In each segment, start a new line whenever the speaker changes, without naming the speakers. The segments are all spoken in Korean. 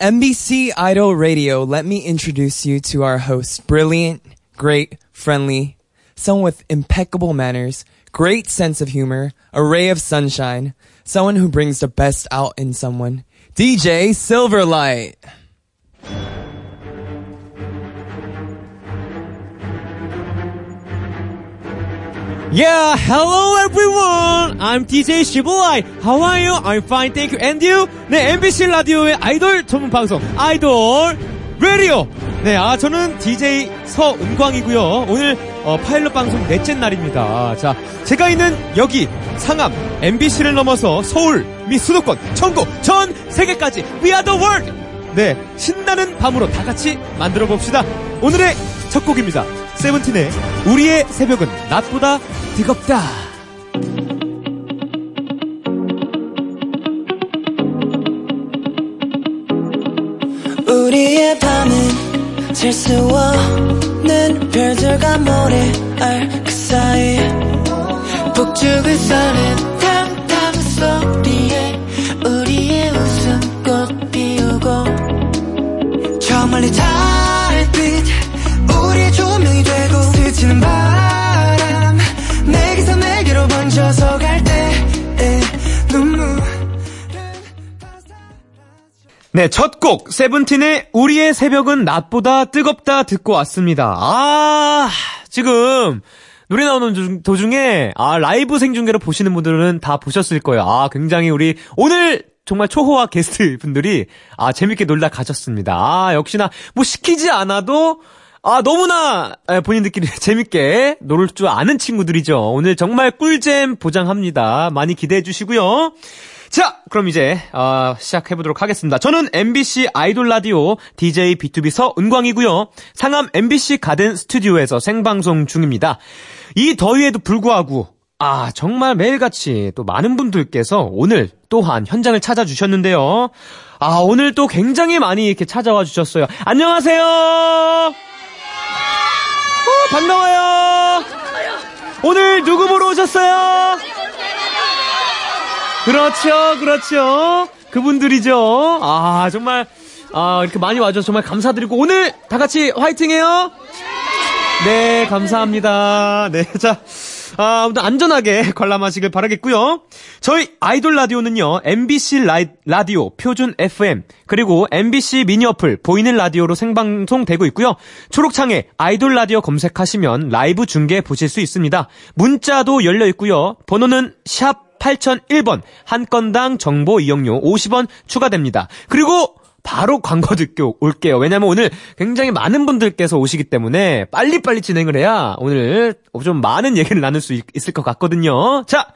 NBC Idol Radio, let me introduce you to our host. Brilliant, great, friendly, someone with impeccable manners, great sense of humor, a ray of sunshine, someone who brings the best out in someone. DJ Silverlight.
Yeah, hello everyone. I'm DJ 시보아이. How are you? I'm fine, thank you. And you? 네, MBC 라디오의 아이돌 전문 방송 아이돌 라디오. 네, 아 저는 DJ 서은광이고요. 오늘 어, 파일럿 방송 넷째 날입니다. 자, 제가 있는 여기 상암 MBC를 넘어서 서울 및 수도권, 전국, 전 세계까지 We are the world. 네, 신나는 밤으로 다 같이 만들어 봅시다. 오늘의 첫 곡입니다. 세븐틴의 우리의 새벽은 낮보다 뜨겁다.
우리의 밤은 질 수 없는 별들과 모래알 그 사이 북쪽을 서는 탐탐 소리에 우리의 웃음 꽃 피우고 저 멀리 달빛 우리의 조명이 되고 스치는 바람 내게서 내게로 번져서 갈 때의 눈물은
네, 첫 곡, 세븐틴의 우리의 새벽은 낮보다 뜨겁다 듣고 왔습니다. 아, 지금, 노래 나오는 중- 도중에, 아, 라이브 생중계로 보시는 분들은 다 보셨을 거예요. 아, 굉장히 우리, 오늘, 정말 초호화 게스트 분들이, 아, 재밌게 놀다 가셨습니다. 아, 역시나, 뭐 시키지 않아도, 아, 너무나 에, 본인들끼리 재밌게 놀 줄 아는 친구들이죠. 오늘 정말 꿀잼 보장합니다. 많이 기대해 주시고요. 자, 그럼 이제 아, 시작해보도록 하겠습니다. 저는 MBC 아이돌 라디오 DJ B2B 서은광이고요. 상암 MBC 가든 스튜디오에서 생방송 중입니다. 이 더위에도 불구하고 아, 정말 매일같이 또 많은 분들께서 오늘 또한 현장을 찾아주셨는데요. 아, 오늘 또 굉장히 많이 이렇게 찾아와 주셨어요. 안녕하세요! 어, 반가워요! 오늘 누구 보러 오셨어요? 그렇죠, 그렇죠. 그분들이죠. 아, 정말, 아, 이렇게 많이 와줘서 정말 감사드리고, 오늘 다 같이 화이팅 해요! 네, 감사합니다. 네, 자. 아, 오늘 안전하게 관람하시길 바라겠고요. 저희 아이돌 라디오는요. MBC 라이, 라디오 표준 FM 그리고 MBC 미니 어플 보이는 라디오로 생방송되고 있고요. 초록창에 아이돌 라디오 검색하시면 라이브 중계 보실 수 있습니다. 문자도 열려 있고요. 번호는 샵 8001번 한 건당 정보 이용료 50원 추가됩니다. 그리고 바로 광고 듣고 올게요. 왜냐면 오늘 굉장히 많은 분들께서 오시기 때문에 빨리빨리 진행을 해야 오늘 좀 많은 얘기를 나눌 수 있- 있을 것 같거든요. 자,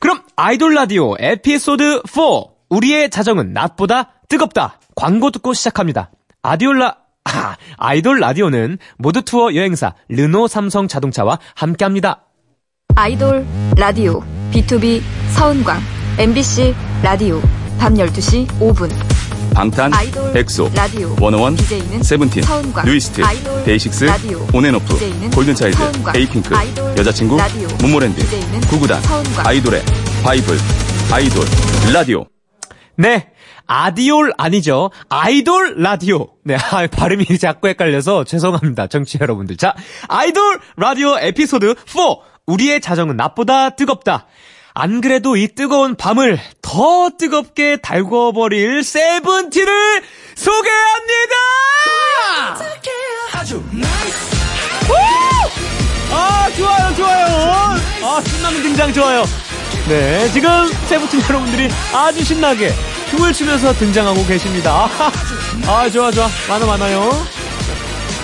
그럼 아이돌 라디오 에피소드 4 우리의 자정은 낮보다 뜨겁다. 광고 듣고 시작합니다. 아디올라 아, 아이돌 라디오는 모두 투어 여행사 르노 삼성 자동차와 함께합니다.
아이돌 라디오 B2B 서은광 MBC 라디오 밤 12시 5분
방탄,
아이돌,
엑소,
라디오,
원어원,
DJ는
세븐틴,
서은광,
뉴이스트,
아이돌,
데이식스,
라디오,
온앤오프,
DJ는
골든차일드,
서은광,
에이핑크,
아이돌,
여자친구,
라디오,
문모랜드,
DJ는
구구단,
서은광.
아이돌의 바이블, 아이돌, 라디오.
네. 아디올 아니죠. 아이돌 라디오. 네, 아, 발음이 자꾸 헷갈려서 죄송합니다. 정치 여러분들. 자, 아이돌 라디오 에피소드 4. 우리의 자정은 낮보다 뜨겁다. 안 그래도 이 뜨거운 밤을 더 뜨겁게 달궈버릴 세븐틴을 소개합니다! 오! 아, 좋아요, 좋아요. 아, 신나는 등장 좋아요. 네, 지금 세부팀 여러분들이 아주 신나게 춤을 추면서 등장하고 계십니다. 아, 좋아, 좋아. 많아, 많아요.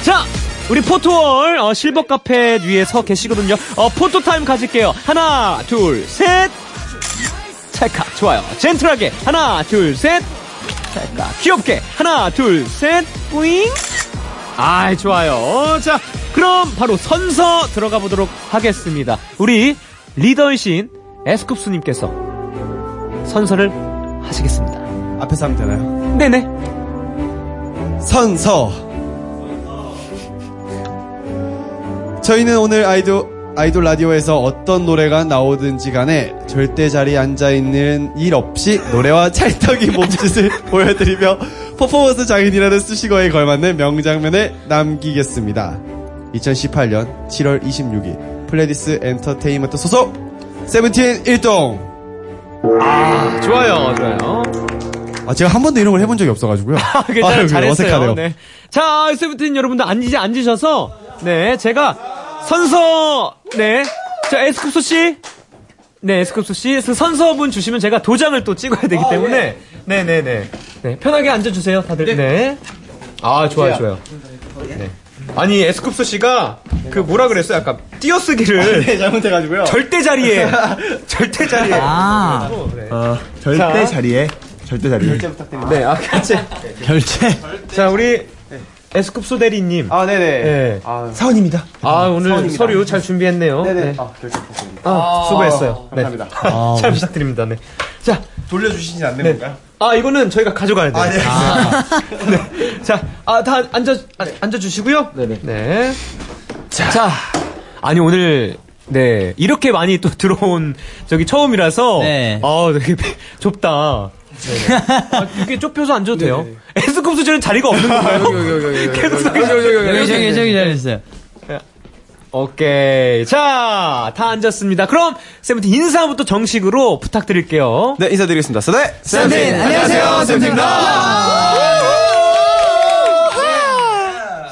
자, 우리 포토월 어, 실버 카페 위에 서 계시거든요. 어, 포토 타임 가질게요. 하나, 둘, 셋. 찰칵, 좋아요. 젠틀하게. 하나, 둘, 셋. 찰칵. 귀엽게. 하나, 둘, 셋. 뿌잉. 아이 좋아요. 자, 그럼 바로 선서 들어가 보도록 하겠습니다. 우리 리더이신 에스쿱스님께서 선서를 하시겠습니다.
앞에서 하면 되나요?
네네.
선서 저희는 오늘 아이돌 아이돌 라디오에서 어떤 노래가 나오든지 간에 절대 자리에 앉아있는 일 없이 노래와 찰떡인 몸짓을 보여드리며 퍼포먼스 장인이라는 수식어에 걸맞는 명장면을 남기겠습니다. 2018년 7월 26일 플레디스 엔터테인먼트 소속 세븐틴 1동
아, 좋아요, 좋아요.
아, 제가 한 번도 이런 걸 해본 적이 없어가지고요. 아,
괜찮아요.
그래요?
잘했어요.
어색하네요.
네. 자, 세븐틴 여러분들 앉, 이제 앉으셔서, 네, 제가 선서, 네, 저 에스쿱소 씨, 네, 에스쿱소 씨, 그 선서분 주시면 제가 도장을 또 찍어야
아, 예.
되기 때문에, 네, 네, 네. 네, 편하게 앉아주세요, 다들. 네. 아, 좋아요, 좋아요. 네. 아니, 에스쿱소 씨가 그 뭐라 그랬어요? 약간 띄어쓰기를
네, 잘못해가지고요.
절대 자리에, 절대 자리에. 어,
아,
어,
자.
절대 자리에 절대 자리에
네, 아, 같이.
결제.
자, 우리 에스쿱소 대리님.
아, 네네.
네.
사원입니다.
아, 오늘 서류 잘 준비했네요.
네네.
네.
아, 결정 부탁드립니다.
아, 수고했어요. 네.
감사합니다.
잘 부탁드립니다. 네. 자,
돌려주시지 않는
네.
건가요?
아, 이거는 저희가 가져가야 돼요.
네.
네. 자, 아, 다 앉아, 아, 앉아주시고요. 네네. 네. 자. 자, 아니, 오늘, 네. 이렇게 많이 또 들어온 저기 처음이라서.
네.
아, 되게 좁다. 아, 이렇게 좁혀서 앉아도 돼요.
네.
에스쿱스 저는 자리가 없는 건가요?
네,
계속
여기 저기 저기 네. 잘했어요.
오케이. 자, 다 앉았습니다. 그럼, 세븐틴 인사부터 정식으로 부탁드릴게요.
네 인사드리겠습니다 서대
네, 안녕하세요, 쌤입니다.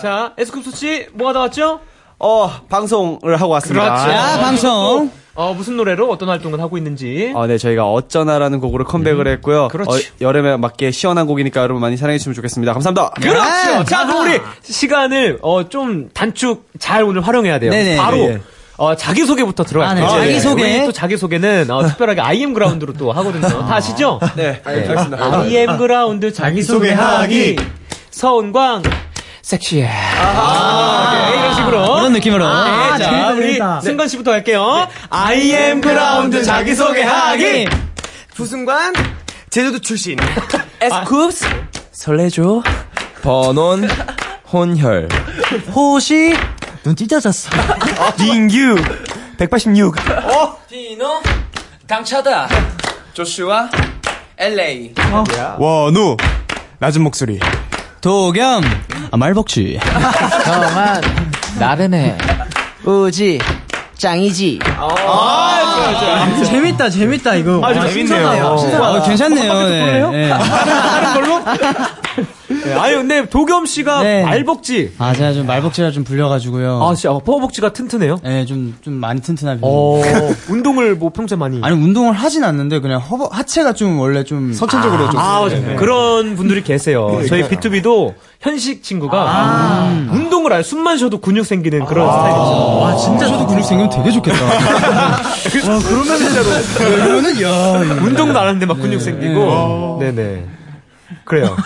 자, 에스쿱스 씨, 뭐 하다 왔죠? 그렇죠.
어 방송을 하고 왔습니다
자, 아, 방송.
어, 무슨 노래로 어떤 활동을 하고 있는지.
어, 네, 저희가 어쩌나라는 곡으로 컴백을
음.
했고요.
그렇죠.
어, 여름에 맞게 시원한 곡이니까 여러분 많이 사랑해주시면 좋겠습니다. 감사합니다.
그렇죠!
네.
자, 그럼 우리 시간을, 어, 좀 단축 잘 오늘 활용해야 돼요.
네네.
바로.
네.
어, 자기소개부터 들어가야
아,
돼요.
네. 자기소개.
우리 또 자기소개는, 어, 특별하게 IM 그라운드로 또 하거든요. 다 아시죠?
네, 알겠습니다.
IM 그라운드 자기소개하기. 서은광, 섹시해. 네, 이런 식으로.
이런 느낌으로. 아,
네, 자, 우리 승관 씨부터 할게요. I am 그라운드 자기소개하기. 네,
부승관 제주도 출신
아.
에스쿱스 설레죠 번온 혼혈
호시 눈 찢어졌어.
민규 186.
어?
디노 당차다 조슈아 LA
어.
원우 낮은 목소리.
도겸 아, 말복지.
형은 나른해 우지 짱이지
아,
아,
재밌다 재밌다 이거.
아, 재밌네요.
아, 괜찮네요. 네. 네.
다른 걸로? 네, 아니, 근데 도겸 씨가
네.
말복지.
아 제가 좀 말복지라 좀 불려가지고요.
아, 진짜, 아, 퍼복지가 튼튼해요.
네, 좀, 좀 많이 튼튼한 편이에요.
어, 운동을 뭐 평소에 많이.
아니, 운동을 하진 않는데, 그냥 허벅, 하체가 좀 원래 좀. 네, 선천적으로 좀. 네.
아, 맞아요. 그런 분들이 계세요. 저희 B2B도 현식 친구가
아.
운동을 안, 숨만 쉬어도 근육 생기는 그런 스타일이죠.
와, 진짜 저도 근육 생기면 되게 좋겠다.
어, 그러면 진짜로
그러면은, 야, 이거.
운동도 안 하는데 막 근육 생기고. 네네. 그래요.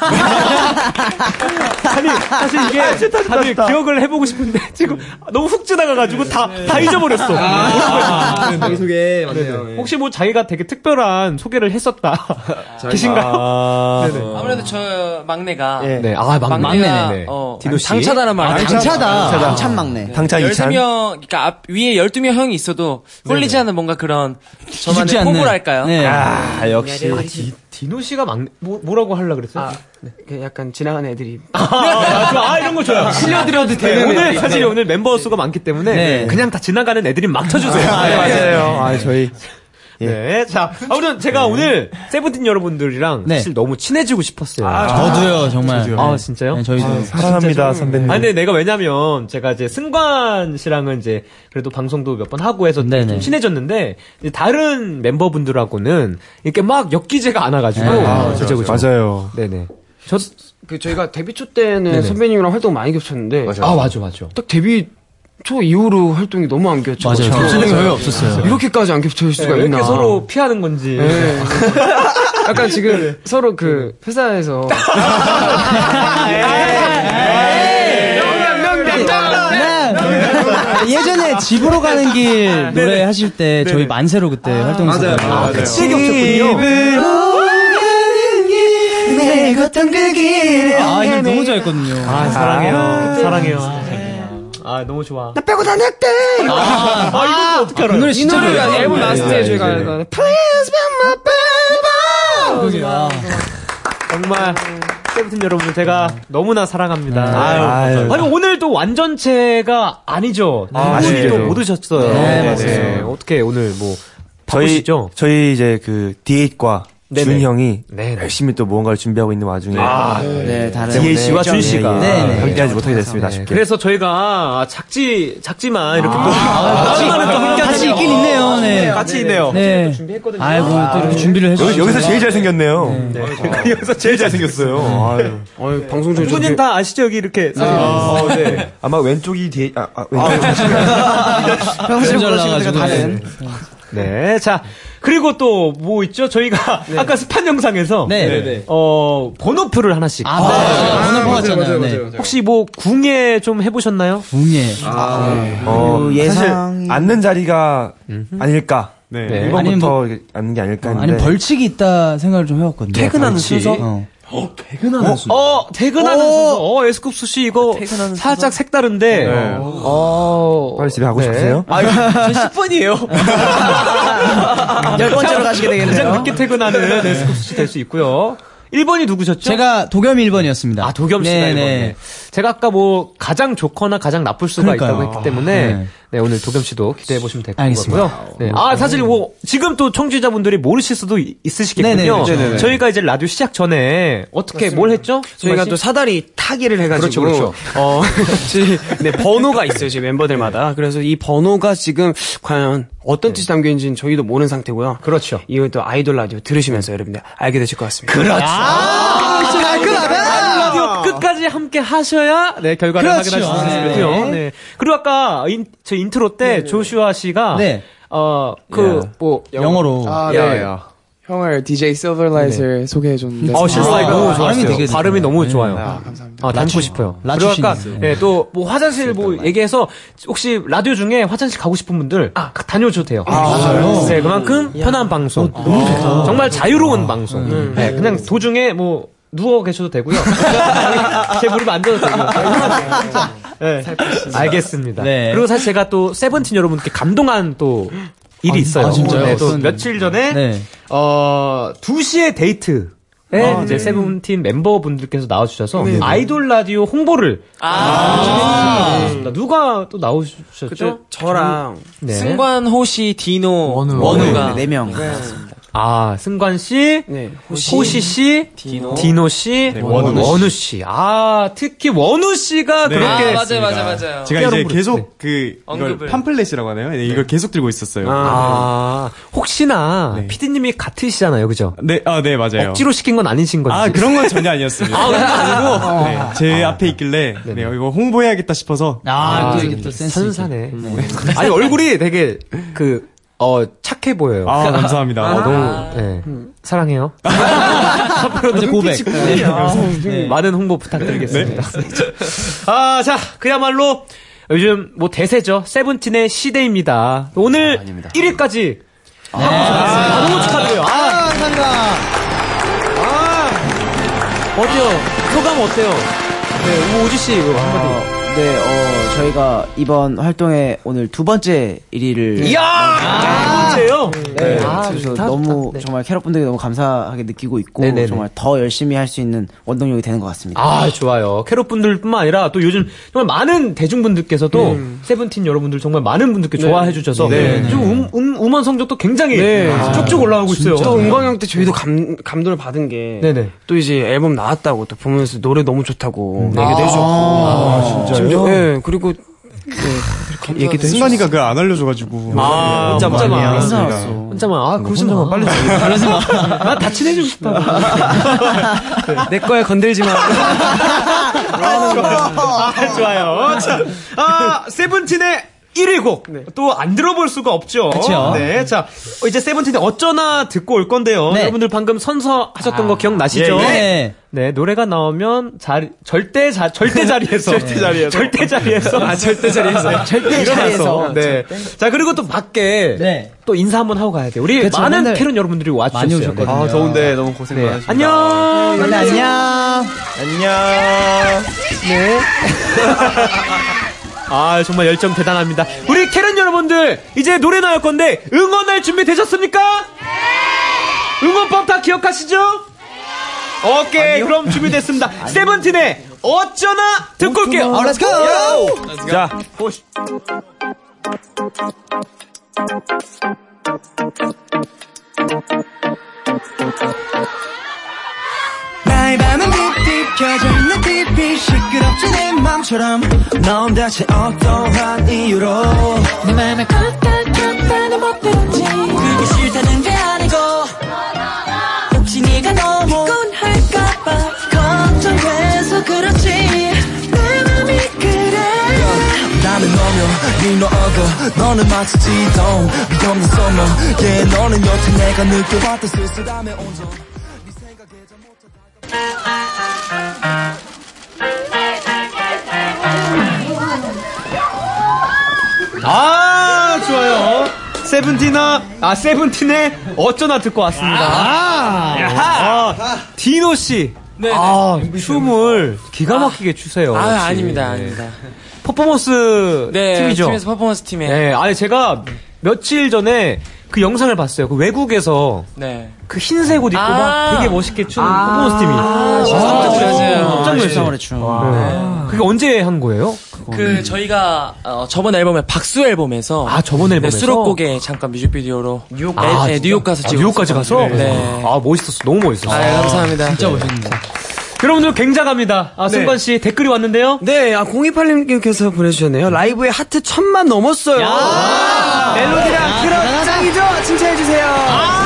아니, 사실 이게 다들 기억을 해보고 싶은데 지금 너무 훅 지나가가지고 다, 다 잊어버렸어. 아, 네.
자기 소개
혹시 뭐 자기가 되게 특별한 소개를 했었다. 계신가요? 네네.
아무래도 저 막내가
예.
네. 아, 막,
막내가
막내네.
어,
디노 씨?
당차다란 말
당차다. 당찬 막내.
당찬
12명 그러니까 앞 위에 12명 형이 있어도 홀리지 않는 뭔가 그런
기죽지
저만의
않는.
포부랄까요?
네.
아, 역시.
디노 씨가 막 뭐, 뭐라고 하려 그랬어요?
약간 지나가는 애들이
아, 좋아. 아, 이런 거 좋아요. 실려드려도 돼요. 오늘 사실 오늘 멤버 수가 많기 때문에
네.
그냥 다 지나가는 애들이 막 쳐주세요. 네,
맞아요. 아, 저희.
네. 자, 아무튼 제가 오늘 세븐틴 여러분들이랑
네.
사실 너무 친해지고 싶었어요. 아,
저도요, 정말.
아, 진짜요?
네, 저희도.
사랑합니다, 선배님.
아니, 근데 내가 왜냐면, 제가 이제 승관 씨랑은 이제, 그래도 방송도 몇 번 하고 해서
네네.
좀 친해졌는데, 이제 다른 멤버분들하고는 이렇게 막 엮이제가 않아가지고.
네.
아, 그죠, 그죠.
맞아요.
네네. 저,
그 저희가 데뷔 초 때는
네네.
선배님이랑 활동 많이 겹쳤는데
아, 맞아, 맞아.
딱 데뷔 초 이후로 활동이 너무 안 겹쳐.
맞아요. 겹치는 게 거의
네.
없었어요.
이렇게까지 안 겹칠 수가
왜
있나?
이렇게 서로 피하는 건지. 네.
네. 약간 지금 서로 그 회사에서
네. 예전에 집으로 가는
네,
길 노래 하실 때 저희 만세로 그때
아,
활동했어요.
그치 겹쳤군요.
그
아, 이 노래 너무 잘했거든요.
아, 사랑해요. 사랑해요. 아 너무 좋아.
나 빼고 다 냈대! 이거.
아, 아, 이것도 어떻게
그
알아요?
이
예,
노래 진짜
이 노래가
좋아요.
앨범
네,
라스트에
네,
저희가
네,
알고
네.
하는
Please be my baby!
아, 정말 세븐틴 여러분 제가 너무나 사랑합니다.
네.
아유,
아유.
아니 오늘 또 완전체가 아니죠.
아,
두 분이
아쉽게도.
또못 오셨어요.
네, 맞아요.
어떻게 오늘 뭐
저희
바쁘시죠?
저희 이제 그 D8과
네네.
준 형이
네네.
열심히 또 무언가를 준비하고 있는 와중에
아,
네,
네,
다른
다른
D8 씨와
네,
준 씨가
네, 네.
함께하지 못하게 됐습니다. 아쉽게.
그래서 저희가 작지 작지만 이렇게 또
같이-
작지만은 또 함께
같이
하네요. 아,
있긴 있네요, 네.
같이 있네요.
네. 아이고, 또 이렇게 준비를 해주셨
여기, 여기서 제일 잘생겼네요. 여기서 제일 잘생겼어요. 아유.
방송
중에
분은
저기-
다 아시죠 네. 여기 이렇게 사진.
어, 네. 아마 왼쪽이 뒤에, 아, 아,
네.
왼쪽. 잘
평소에 그렇죠. 그러시는 데가
나가지고.
다른. 네, 자 그리고 또 뭐 있죠? 저희가 아까 스판 영상에서
네. 네, 네.
어 번호표를 하나씩.
아, 네. 아, 번호표
맞아요,
봤잖아요.
맞아요,
네.
맞아요. 혹시 뭐 궁예 좀 해보셨나요?
궁예.
아, 어,
그 예상이-
사실 앉는 자리가 아닐까.
네.
네.
네.
1번부터
아니면 뭐-
이렇게 앉는 게
어,
아닐까 했는데.
아니 벌칙이 있다 생각을 좀 해왔거든요.
퇴근하는
벌칙.
순서?
어.
퇴근하는 네, 어? 순서. 어, 퇴근하는 순서. 어, 에스쿱 수씨 이거 살짝 색다른데.
네.
아,
어.
빨리 집에 가고 싶으세요?
아, 저 10번이에요.
열 번째로 가시게 되겠네요.
가장 늦게 퇴근하는 에스쿱 수씨 될 수 있고요. 1번이 누구셨죠?
제가 도겸 1번이었습니다. 아,
도겸 씨가 네, 네. 제가 아까 뭐 가장 좋거나 가장 나쁠 수가
그러니까요.
있다고 했기 때문에
네.
네. 오늘 도겸 씨도 기대해 보시면 될 것
알겠습니다.
같고요. 네. 아 사실 뭐 지금 또 청취자분들이 모르실 수도 이-
네,
있으시겠군요.
네, 네, 네, 네.
저희가 이제 라디오 시작 전에 어떻게 뭘 했죠?
저희가
정말
또
씨?
사다리 타기를 해가지고
그렇죠,
어, 저희, 네 번호가 있어요 저희 멤버들마다 그래서 이 번호가 지금 과연 어떤 뜻이 담겨 있는지는 저희도 모르는 상태고요
네. 그렇죠
이건 또 아이돌 라디오 들으시면서 여러분들 알게 되실 것 같습니다
그렇죠.
아,
아, 라디오 끝까지 함께 하셔야 네 결과를
그렇죠.
확인할 수 있을
네.
것 같아요. 네. 그리고 아까 인, 저 인트로 때 조슈아 씨가
네.
어그 뭐 Oh,
영어로. 아, 네.
야, 야.
형을 DJ 실버라이트를 소개해줬는데.
어, 실사이가
아,
너무 좋았어요. 발음이, 너무 좋아요.
감사합니다.
아, 닮고 싶어요. 그리고 아까 예, 또뭐 화장실 뭐 얘기해서 혹시 라디오 중에 화장실 가고 싶은 분들 아, 가- 다녀오셔도 돼요.
맞아요?
네, 그만큼 편한 방송. 정말 자유로운 방송. 네, 그냥 도중에 뭐 누워 계셔도 되고요. 제 무릎 앉아도 되고요. 네, 알겠습니다.
네.
그리고 사실 제가 또 세븐틴 여러분께 감동한 또 일이
아,
있어요.
아, 진짜요?
네, 또
어떤-
며칠 전에
네.
어 2시에 데이트. 에
아,
이제
네.
세븐틴 멤버분들께서 나와주셔서
네, 네.
아이돌 라디오 홍보를
아,
아~ 준비해주셨습니다. 누가 또 나오셨죠?
그때 저랑
네.
승관호 씨, 디노, 원우, 원우가
네, 네 명.
아 승관 씨, 호시,
네, 호시
씨,
디노,
디노 씨,
네,
원우,
원우
씨. 아 특히 원우 씨가
네.
그렇게
아, 맞아요, 맞아요, 맞아요.
제가 이제
깨알음부를- 네.
계속 그 이걸
언급을.
팜플렛이라고 하나요? 네, 이걸 계속 들고 있었어요.
아, 혹시나 피디님이 같으시잖아요, 그죠?
네, 아, 네, 맞아요.
억지로 시킨 건 아니신 거지?
아, 그런 건 전혀 아니었습니다.
아, 그런 거 아니고?
네, 제 앞에 있길래 네, 이거 홍보해야겠다 싶어서
아, 또 이게 또 센스 있게. 네. 아니 얼굴이 되게 그 어, 착해 보여요.
아, 감사합니다.
아, 너무 예. 사랑해요. 앞으로도
이제 고백.
네.
네.
아,
네.
많은 홍보 부탁드리겠습니다. 아, 자, 그야말로 요즘 뭐 대세죠. 세븐틴의 시대입니다. 오늘 1위까지 아, 너무 축하드려요. 아,
감사합니다.
어때요? 소감 어때요? 네, 우지 씨 이거 한마디.
네, 어, 저희가 이번 활동에 오늘 두 번째 1위를.
이야! 문제요?
네,
네. 아,
그래서
좋다,
너무 정말 캐럿분들께 너무 감사하게 느끼고 있고 정말 더 열심히 할 수 있는 원동력이 되는 것 같습니다.
아 좋아요 캐럿 분들뿐만 아니라 또 요즘 정말 많은 대중분들께서도 세븐틴 여러분들 정말 많은 분들께 좋아해 주셔서
네, 네.
좀 음, 음, 음원 성적도 굉장히 네,
네. 아,
쭉쭉 올라가고 있어요.
또 은광 형때 저희도 감, 감동을 받은 게.
네네.
또 이제 앨범 나왔다고 또 보면서 노래 너무 좋다고
네.
얘기도
아,
해주셨고.
아, 진짜요?
심지어, 예, 그리고. 네, 얘기도 해주셨어요.
순간이가 그걸 안 알려줘가지고
아,
혼자만
혼자만.
알았습니다.
혼자만 아
네,
그러지 마. 빨리
그러지
마. 나다 친해지고 싶다. 내 거에 건들지 마. 아, 좋아요. 자, 아, 세븐틴의 1위 곡. 또 안 들어볼 수가 없죠.
그쵸.
네. 자, 어, 이제 세븐틴의 어쩌나 듣고 올 건데요.
네.
여러분들 방금 선서하셨던
아.
거 기억나시죠?
예, 예. 네.
네, 노래가 나오면 자리, 절대 자, 절대 자리에서.
절대 자리에서.
절대 자리에서.
아, 절대 자리에서.
절대
일어나서. 네.
자리에서. 네. 자, 그리고 또 밖에 네. 또 인사 한번 하고 가야 돼요. 예, 우리
네,
그쵸,
많은
맨날
캐런 여러분들이 와주셨어요.
많이 오셨거든요. 아, 더운데 너무 고생 많으십니다.
안녕.
네, 안녕.
안녕. 네. 아 정말 열정 대단합니다. 우리 캐런 여러분들 이제 노래 나올 건데 응원할 준비 되셨습니까? 응원법 다 기억하시죠? 오케이 그럼 준비됐습니다. 세븐틴의 어쩌나 듣고 올게요.
어, 렛츠 고!
자,
나의 밤은 딥딥 켜져 있는 TV 시끄럽지 내 맘처럼 넌 대체 어떠한 이유로 내 맘에 걷다 걷다 내 멋대로지 그게 싫다는 게 아니고 혹시 네가 너무 피곤할까봐 걱정돼서 그렇지 내 맘이 그래
나는 너며 니너 어거 너는 마치 지동 믿없는 소모 예 너는 여태 내가 느껴봤던 쓸쓸함의 온전
아 좋아요. 세븐틴아 아 세븐틴의 어쩌나 듣고 왔습니다.
아.
야하. 아, 디노 씨. 아, 춤을 기가 막히게 추세요.
네. 아,
역시.
아닙니다, 아닙니다.
퍼포먼스
네,
팀이죠.
팀에서 퍼포먼스 팀에.
네, 아니 제가 며칠 전에 그 영상을 봤어요. 그 외국에서
네.
그 흰색 옷 입고
아.
막 되게 멋있게 추는
아.
퍼포먼스 팀이.
아, 진짜 깜짝 놀랐어요. 네.
깜짝
시상을
놀랐어요.
했죠.
네. 와. 그게 언제 한 거예요?
그 저희가 어, 저번 앨범에 박수 앨범에서 아
저번 앨범에서?
수록곡에 잠깐 뮤직비디오로 뉴욕
아,
네,
진짜?
뉴욕 가서
아,
찍었어요.
뉴욕까지 가서?
네.
아, 멋있었어. 너무 멋있었어.
아, 감사합니다.
진짜
멋있는데.
여러분들 굉장합니다. 아,
네.
승관 씨 댓글이 왔는데요.
네, 아, 0288님께서 보내주셨네요. 라이브에 하트 천만 넘었어요.
아,
멜로디랑 크럼 짱이죠? 칭찬해주세요. 아,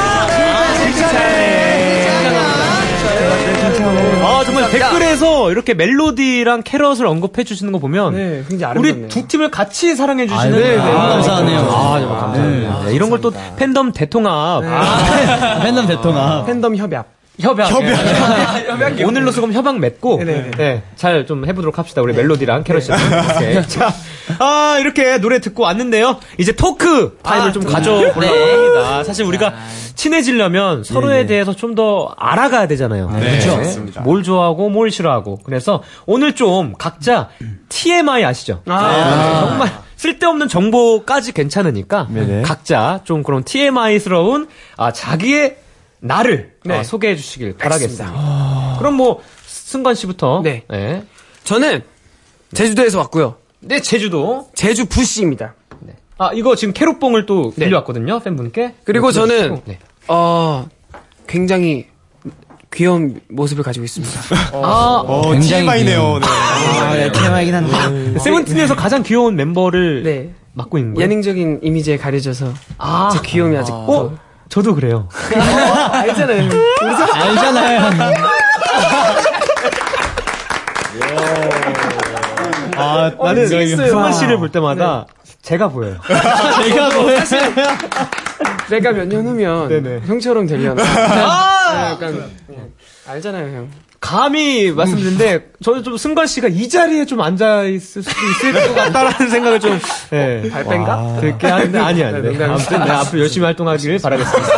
아 정말 댓글에서 이렇게 멜로디랑 캐럿을 언급해 주시는 거 보면 우리 두 팀을 같이 사랑해 주시는
아, 네, 네.
아,
너무 감사하네요.
아, 정말 감사합니다. 네, 이런 걸 또 팬덤 대통합.
네.
아. 팬덤 대통합.
팬덤 협약.
협약.
협약.
네. 오늘로서 그럼 협약 맺고
네, 네.
네, 잘 좀 해보도록 합시다. 우리 멜로디랑 캐럿이. 네. 자, 아 이렇게 노래 듣고 왔는데요. 이제 토크 타임을 좀
토크.
가져보려고
네.
합니다. 사실 우리가 친해지려면 서로에 대해서 좀 더 알아가야 네, 되잖아요.
네, 그렇죠. 맞습니다.
뭘 좋아하고 뭘 싫어하고. 그래서 오늘 좀 각자 TMI 아시죠?
아.
네, 정말 쓸데없는 정보까지 괜찮으니까 각자 좀 그런 TMI스러운 아, 자기의 나를
네.
아, 소개해 주시길
알겠습니다. 아.
바라겠습니다. 그럼 뭐 승관 씨부터. 네.
저는 제주도에서 왔고요.
네, 제주도.
제주 부시입니다. 네.
아, 이거 지금 캐롯봉을 또 빌려왔거든요, 팬분께.
그리고
네,
저는
네.
어 굉장히 귀여운 모습을 가지고 있습니다.
아, 어, 굉장히 TMI네요, 귀여운. 네. 아, 네, TMI
긴 한데.
세븐틴에서 가장 귀여운 멤버를 맡고 있는 거예요?
네. 예능적인 이미지에 가려져서
아.
제 귀여움이 아직
어? 저도 그래요.
어,
알잖아요.
알잖아요. 아,
어, 네,
나는
재밌어요.
승관 씨를 볼 때마다 제가 보여요.
제가
뭐-
사실 내가 몇 년 후면 형처럼 되려나.
아!
네, 약간 알잖아요, 형.
감히 말씀드리는데 저는 좀 승관 씨가 이 자리에 좀 앉아 있을 수도 있을 것 같다라는 생각을 좀 예.
발뺌가?
들게 하는데 아니 아니.
네, 농담이에요.
아무튼 네, 앞으로 열심히 활동하길 바라겠습니다.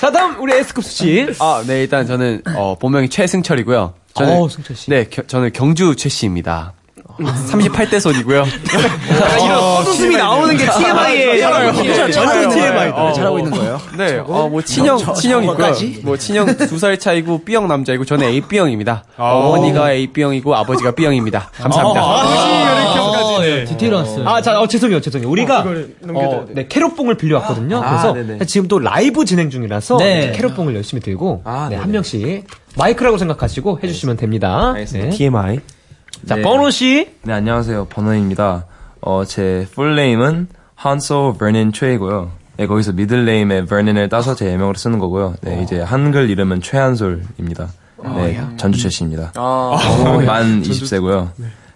자, 다음 우리 에스쿱스 씨.
아, 네, 일단 저는, 어, 본명이 최승철이고요. 저는,
어, 승철 씨. 아.
네, 겨- 저는 경주 최 씨입니다. 38대 손이고요.
아,
어,
네.
이런
웃음이
웃음이 나오는
아,
게 TMI예요.
완전
어.
TMI다.
잘하고 있는 거예요?
네, 어, 뭐 친형,
저- 저-
친형이고요.
저거까지?
뭐 친형 두 살 차이고 B형 남자이고 저는 AB형입니다. 어머니가 AB형이고 아버지가 B형입니다.
어, 아,
감사합니다.
디테일했어요. 아, 자, 어, 죄송해요, 죄송해요. 우리가 어, 네, 캐럿봉을 빌려왔거든요.
아,
그래서
네네.
지금 또 라이브 진행 중이라서
네.
캐럿봉을 열심히 들고 네, 한 명씩 마이크라고 생각하시고 해주시면 됩니다. 네.
TMI.
자, 버논 씨.
네, 안녕하세요. 버논입니다. 어, 제 풀네임은 한소 버닌 최이고요. 네, 거기서 미들네임에 버닌을 따서 제 예명으로 쓰는 거고요. 네,
어.
이제 한글 이름은 최한솔입니다. 네,
야.
전주 최씨입니다.
음.
아.
어,
아,
만
전주-
20세고요.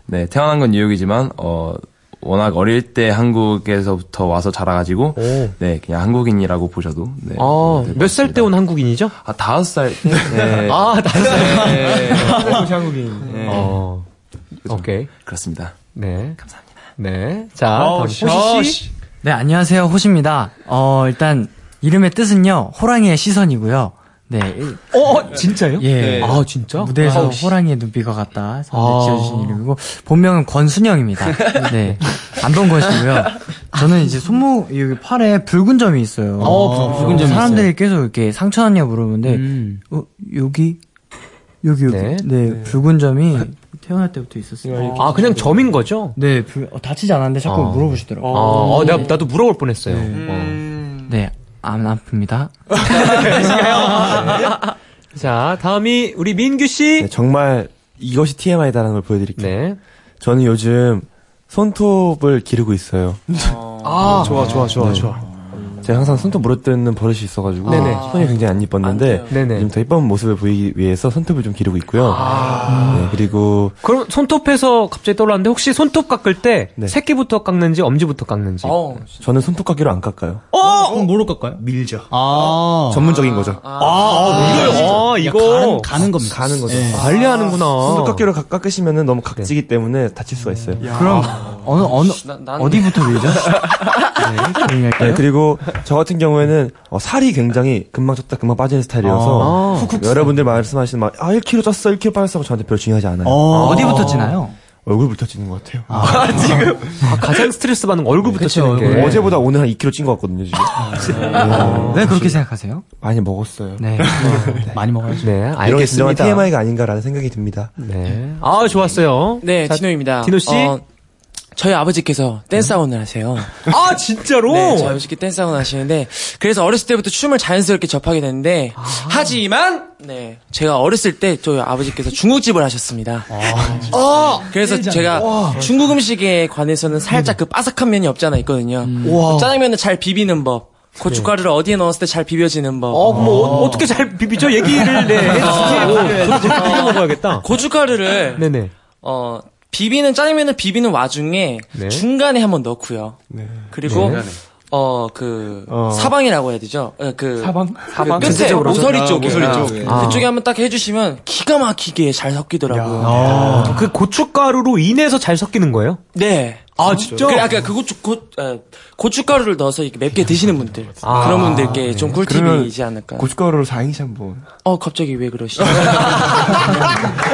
네, 태어난 건 뉴욕이지만, 어, 워낙 어릴 때 한국에서부터 와서 자라가지고,
오.
네, 그냥 한국인이라고 보셔도, 네.
아, 몇 살 때 온 한국인이죠?
아, 다섯 살. 때? 네.
아, 다섯 살.
네.
한국인.
네.
어. 오케이.
그렇습니다.
네. 감사합니다. 네. 자,
어,
다음 호시 씨.
어, 네, 안녕하세요. 호시입니다. 어, 일단 이름의 뜻은요. 호랑이의 시선이고요. 네. 일-
어, 어, 진짜요?
예.
아, 진짜?
무대에서
아우, 씨.
호랑이의 눈빛과 같다.
아.
지어주신 이름이고 본명은 권순영입니다. 네. 안동권 씨고요. 저는 이제 손목 여기 팔에 붉은 점이 있어요.
어, 붉- 붉은 점이
사람들이
있어요.
계속 이렇게 상처났냐 물어보는데
음.
어, 여기 여기 여기 네, 붉은 점이 태어날 때부터 있었어요.
아, 그냥 점인 거죠?
네, 붉- 어, 다치지 않았는데 자꾸
어.
물어보시더라고요.
아, 어, 내가, 나도 물어볼 뻔했어요.
네, 안 아픕니다.
네,
자, 다음이 우리 민규 씨.
네, 정말 이것이 TMI다라는 걸 보여드릴게요. 저는 요즘 손톱을 기르고 있어요.
네.
아,
음, 좋아, 좋아, 좋아, 아. 좋아. 제가 항상 손톱 물어뜯는 버릇이 있어가지고
네네.
손이 굉장히 안 이뻤는데 요즘 더 이쁜 모습을 보이기 위해서 손톱을 좀 기르고 있고요. 네, 그리고
그럼 손톱에서 갑자기 떠올랐는데 혹시 손톱 깎을 때 새끼부터 깎는지 엄지부터 깎는지?
저는 손톱 깎이로 안 깎아요.
어!
그럼 뭐로 깎아요?
밀죠.
아.
전문적인 거죠.
아, 아,
이거요? 아, 이거.
가는, 가는 겁니다.
가는 거죠.
예.
관리하는구나.
손톱 깎이로 가- 깎으시면은 너무 각지기 때문에 다칠 수가 있어요. 아.
그럼 어느 어느 어디부터 밀죠?
네, 그리고 저 같은 경우에는 어, 살이 굉장히 금방 쪘다 금방 빠지는 스타일이어서
아. 훅훅
여러분들 말씀하시는 막 아 1kg 쪘어 1kg 빠졌어 저한테 별로 중요하지 않아요.
어. 어디부터 찌나요?
얼굴부터 찌는 것 같아요.
지금 가장 스트레스 받는 거 얼굴부터 치는 게.
어제보다 오늘 한 2kg 찐 것 같거든요 지금. 아.
왜 그렇게 생각하세요?
많이 먹었어요.
네. 많이 먹어야죠.
네,
이런 게 진정한
알겠습니다.
TMI가 아닌가라는 생각이 듭니다.
네. 아, 좋았어요.
네,
자,
디노입니다.
디노 씨?
어, 저희 아버지께서 댄스 학원을 하세요.
아, 진짜로?
네, 저희 아버지께 댄스 학원 하시는데 그래서 어렸을 때부터 춤을 자연스럽게 접하게 됐는데
아.
하지만 네, 제가 어렸을 때 저희 아버지께서 중국집을 하셨습니다.
아,
네.
어!
그래서 제가 중국 음식에 관해서는 살짝 그 바삭한 면이 없지 않아 있거든요.
음.
그
우와. 네.
짜장면을 잘 비비는 법, 고춧가루를 어디에 넣었을 때 잘 비벼지는 법. 어.
어, 뭐, 어, 떻게잘 비비죠? 얘기를, 네. 해주세요. 저도 좀 비벼 먹어야겠다.
고춧가루를
네네.
어, 비비는 짜장면을 비비는 와중에
네.
중간에 한번 넣고요. 그리고
네.
어, 그,
어.
사방이라고 해야 되죠? 어, 그,
사방?
사방?
사방?
끝에,
전체적으로
모서리
아,
쪽에.
모서리 쪽에.
아. 그쪽에 한번 딱 해주시면 기가 막히게 잘 섞이더라고요.
아, 그 고춧가루로 인해서 잘 섞이는 거예요?
네.
아, 진짜?
그, 아까 그 고추, 고, 어, 고춧가루를 넣어서 이렇게 맵게 드시는 분들.
아,
그런 분들께 좀
네. 그러면
꿀팁이지 않을까.
고춧가루로 4행시 한번.
어, 갑자기 왜 그러시죠?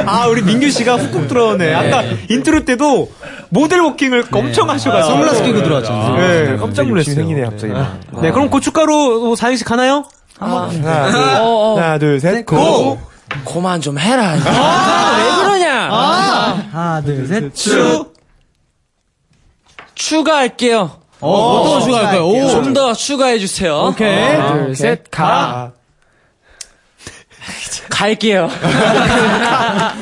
아, 우리 민규 씨가 훅훅 들어오네. 네. 아까 인트로 때도 모델 워킹을 엄청 하셔가지고.
선글라스 끼고 들어왔잖아요.
네,
네,
깜짝
욕심
놀랐어요.
생기네, 갑자기.
네, 그럼 고춧가루 4행씩 하나요? 아, 네.
하나, 둘,
어, 어.
하나, 둘, 셋, 고!
고만 좀 해라. 아, 왜 그러냐?
하나, 둘, 셋.
추 추가할게요.
어, 어떤 거 추가할까요? 오.
좀 더 추가해 주세요.
오케이. 하나, 둘, 셋, 가.
갈게요.
아,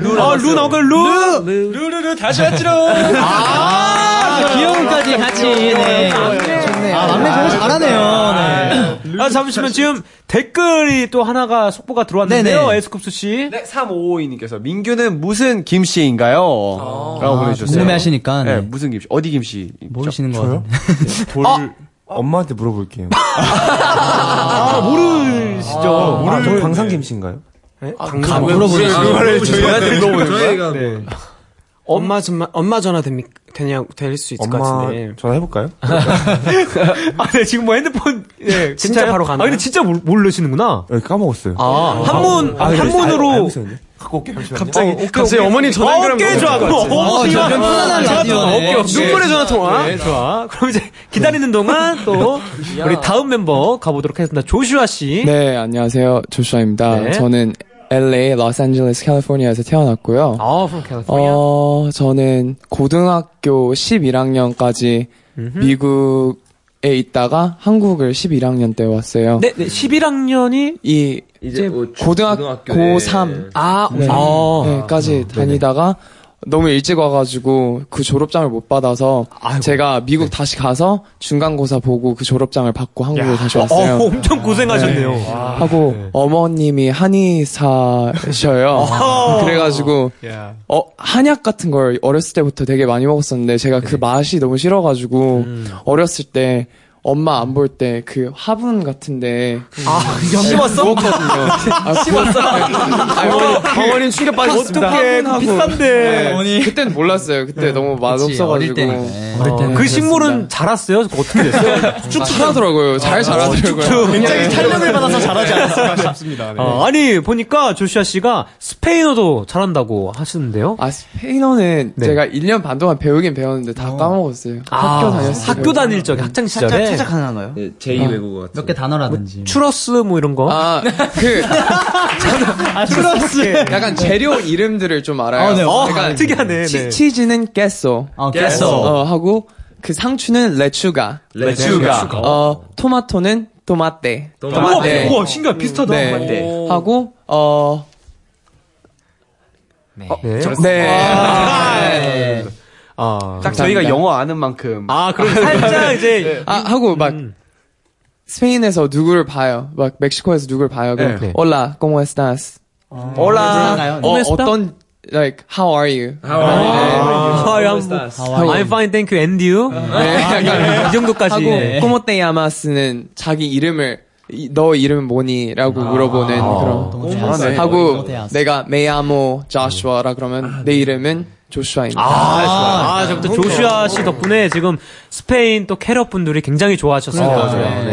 루, 어, 루 너글 루! 루루루 다시 왔지롱! 아,
귀여움까지 같이. 네. 좋네요. 아, 막내 정말 잘하네요.
아, 잠시만, 지금 댓글이 또 하나가 속보가 들어왔는데요,
네네.
에스쿱스 씨.
네, 3552님께서 민규는 무슨 김씨인가요? 라고
아,
보내주셨어요.
궁금해하시니까,
네.
네.
무슨 김씨? 어디 김씨?
모르시는 거 같은데.
아!
돌, 엄마한테 물어볼게요.
아, 모르시죠?
아, 저
모르-
광산 김씨인가요?
네?
아,
왜
물어보세요.
물어보세요?
그거를
저희한테 물어보는 거야?
저희가 뭐 엄마 전화 엄마 전화 됩니 되냐 될 수 있을 것
엄마
같은데.
전화해볼까요?
아, 네, 지금 뭐 핸드폰, 네,
진짜
괜찮아요?
바로 가는
아, 근데
거예요?
진짜 몰, 모르시는구나.
네, 까먹었어요.
아, 한문,
아, 그래, 알- 알고
한문으로.
있었는데. 갖고 올게요.
갑자기,
오케이,
갑자기
오케이.
어머니 전화
어깨
연결하면 너무
좋아.
좋을 것 같아요.
그거 어깨
아,
좋아. 편안한
전화
라디오네.
통화. 어깨 없이.
오케이.
눈물의 전화 통화.
네,
좋아. 네. 그럼 이제 기다리는 동안 또 우리 다음 멤버 가보도록 하겠습니다. 조슈아 씨.
네, 안녕하세요. 조슈아입니다.
네.
저는 LA, 로스앤젤레스, 캘리포니아에서 태어났고요.
아, from California.
어, 저는 고등학교 11학년까지 미국에 있다가 한국을 11학년 때 왔어요.
네, 네, 11학년이
이
이제
고등학교 고3
아,
네.
아.
까지 다니다가 너무 일찍 와가지고 그 졸업장을 못 받아서 제가
네.
미국 다시 가서 중간고사 보고 그 졸업장을 받고 한국에 다시 왔어요.
어, 엄청 고생하셨네요. 와.
하고 어머님이 한의사셔요.
아.
그래가지고
야.
어 한약 같은 네. 음. 걸 어렸을 때부터 되게 많이 먹었었는데 제가 그 맛이 너무 싫어가지고 어렸을 때 엄마 안 볼 때 그 화분 같은데 아
씹었어? 씹었어?
아, 어머님
충격 빠졌습니다.
어떻게
화분하고. 네.
비싼데 그때는 몰랐어요 그때 너무 맛없어가지고
어릴 때니까.
어,
그 식물은 자랐어요? 어떻게 됐어요?
쭉쭉
아,
하더라고요. 잘 자라더라고요. 어, 예. 네. 굉장히 탄력을 받아서 자라지 않았을까 네.
싶습니다. 어, 아니 보니까 조슈아 씨가 스페인어도 잘한다고 하시는데요. 네.
아 스페인어는 제가 1년 반 동안 배우긴 배웠는데 다 까먹었어요. 아, 학교 음. 다녔어요.
아, 학교 다닐 적에 학창 시절에
거요?
네, 제2 외국어
같은. 몇개 단어라든지.
추러스 뭐 이런 거.
아, 그
아, 추러스.
약간
어,
아,
재료 이름들을 좀 알아요.
아, 네. 어,
약간
특이하네, 네.
치, 즈는 깨소.
깨소.
어, 하고 그 상추는 레추가.
레추가.
어 토마토는 토마떼.
토마떼. 우와, 우와,
음,
신기하다. 비슷하다.
네.
토마떼.
하고 어.
어, 네.
네.
딱 저희가
감사합니다.
영어 아는 만큼.
아, 그럼 살짝 이제 음.
아 하고 막 스페인에서 누구를 봐요. 막 멕시코에서 누구를 봐요. 그럼
네.
올라, como estás?
아. 올라.
어,
¿Cómo está?
어떤 like how are you? 네.
How are you?
How are
I'm
you?
fine, thank you, and you?
약간
이 정도까지.
하고
네.
como te llamas는 자기 이름을 이- 너 이름은 뭐니?라고 물어보는 그런
아. 잘하네.
하고
Como te llamas?
내가 me llamo Joshua라 그러면 내 이름은 조슈아입니다.
네. 아, 아, 아, 저부터 조슈아 씨 덕분에 지금 스페인 또 캐럿 분들이 굉장히 좋아하셨을
아,
거예요.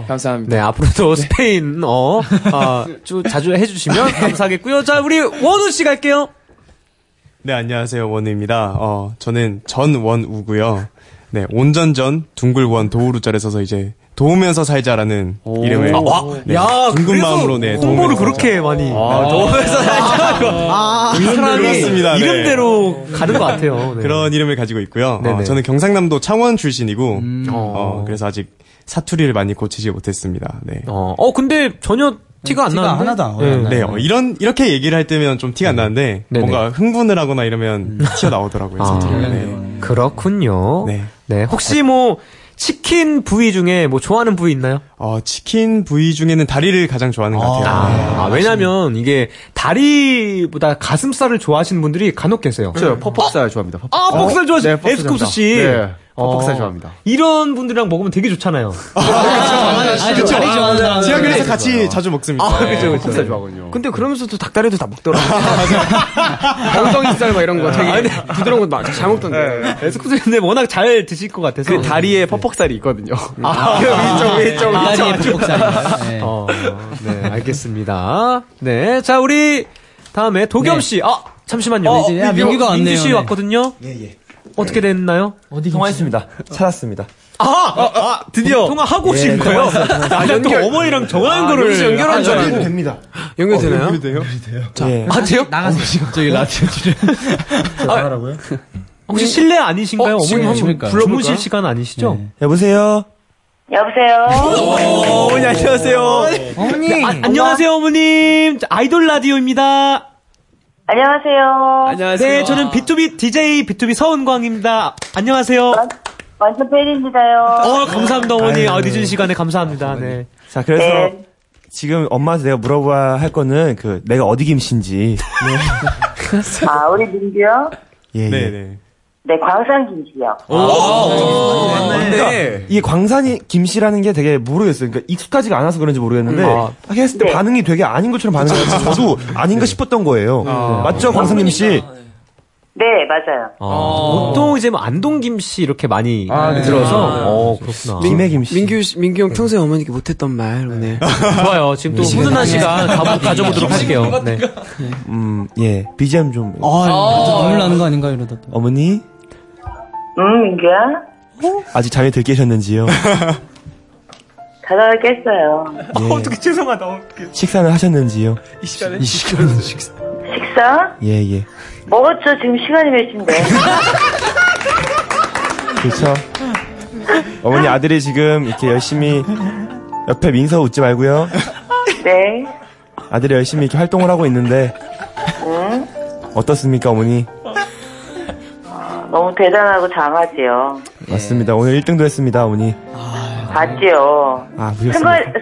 네. 감사합니다.
네, 앞으로도 스페인, 어, 아, 좀 자주 해주시면 감사하겠고요. 자, 우리 원우 씨 갈게요.
네, 안녕하세요. 원우입니다. 어, 저는 전원우고요. 네, 온전전 둥글원 도우루자를 써서 이제 도우면서 살자라는 이름을
아, 와.
네,
야,
둥근
그래서
마음으로 네,
홍보를 그렇게 많이. 아, 너무해서 살짝. 아, 이 사람이
그렇습니다. 네.
이름대로 가는 것 같아요. 네.
그런 이름을 가지고 있고요. 어,
네네. 음.
저는 경상남도 창원 출신이고 어, 그래서 아직 사투리를 많이 고치지 못했습니다. 네.
어, 어, 근데 전혀 티가 안
티가
나는데.
하나도
네.
네, 어, 이런 이렇게 얘기를 할 때면 좀 티가 안 나는데
네네.
뭔가 흥분을 하거나 이러면 튀어 나오더라고요.
아,
사투리가. 네.
그렇군요. 네. 혹시 뭐 치킨 부위 중에 뭐 좋아하는 부위 있나요?
어, 치킨 부위 중에는 다리를 가장 좋아하는 것 같아요. 네,
아, 왜냐면 이게 다리보다 가슴살을 좋아하시는 분들이 간혹 계세요.
저요, 그렇죠. 퍼퍽살 좋아합니다. 퍼퍽.
아, 퍽살 좋아하시죠?
네, 퍽살
에스쿱스
좋아합니다.
씨.
네,
어,
퍽살 좋아합니다.
이런 분들이랑 먹으면 되게 좋잖아요.
그쵸.
다리 좋아하는 네. 사람은
제가 그래서
다리
같이
좋아요.
자주 먹습니다.
아,
네.
그쵸, 그쵸.
퍽살
좋아하거든요.
근데 그러면서 또 닭다리도 다 먹더라고요.
엉덩이살 막
아,
이런 거 되게
부드러운 거 막 잘 먹던데.
네. 에스쿱스 근데 워낙 잘 드실 것 같아서.
그 다리에 퍼퍽살이 있거든요.
아,
위쪽, 위쪽, 위쪽.
어, 네, 알겠습니다. 네, 자 우리 다음에 도겸 씨. 아, 잠시만요. 예.
어, 야, 민규가 왔네요.
민규 씨
네.
왔거든요. 어떻게 됐나요?
어디
통화했습니다. 네. 찾았습니다.
아, 아, 드디어 통화하고 오신
예,
거예요?
통화했어요, 통화했어요.
아, 연결 또 어머니랑 정하는
아,
거를
여기서 연결하는 줄 알고.
됩니다.
연결되나요?
어,
자,
네.
아, 돼요?
나가서 갑자기 라디오 출연. 나가라고요?
혹시 실례 아니신가요?
어,
어머니
지금
한번
그러니까요.
불러보실 시간 아니시죠?
여보세요.
여보세요.
어머니 안녕하세요.
어머니.
아, 안녕하세요 어머님. 자, 아이돌 라디오입니다.
안녕하세요.
네, 저는 B2B DJ B2B 서은광입니다. 안녕하세요.
완전 팬입니다요.
어, 감사합니다 어머니.
아유.
아, 늦은 시간에 감사합니다. 네.
자, 그래서 지금 엄마한테 내가 물어봐야 할 거는 그 내가 어디 김씨인지. 네.
아, 우리 민규요?
예, 예.
네, 광산 김씨요.
그러니까 이게 광산이 김씨라는 게 되게 모르겠어요. 그러니까 익숙하지가 않아서 그런지 모르겠는데
음, 아.
딱 했을 때 반응이 되게 아닌 것처럼 반응해서 저도 아닌가 싶었던 거예요.
아.
어.
네. 맞죠, 광산 김씨?
네, 맞아요.
보통 이제 뭐 안동 김씨 이렇게 많이
아, 네.
들어서
아.
어 그렇구나. 네.
김씨.
민규, 씨- 민규 형 평소에 어머니께 못했던 말 오늘.
좋아요. 지금 또
네.
훈훈한
네.
시간 가- 가져보도록 할게요. 네.
음, 예. BGM 좀.
아,
눈물 나는 거 아닌가 이러다 또.
어머니,
응, 음, 민규야?
아직 잠이 들 깨셨는지요?
다가가 깼어요.
예.
어떻게 죄송하다. 어떡해.
식사는 하셨는지요?
이
네.
시간에?
그, 이 시간에 식사.
식사?
예, 예.
먹었죠? 지금 시간이 몇 시인데?
그렇죠. 어머니 아들이 지금 이렇게 열심히 옆에 민서 웃지 말고요.
네.
아들이 열심히 이렇게 활동을 하고 있는데
응?
어떻습니까, 어머니?
너무 대단하고 장하지요.
맞습니다. 오늘 1등도 했습니다, 어머니.
봤지요.
아,
승관,
보셨습니다.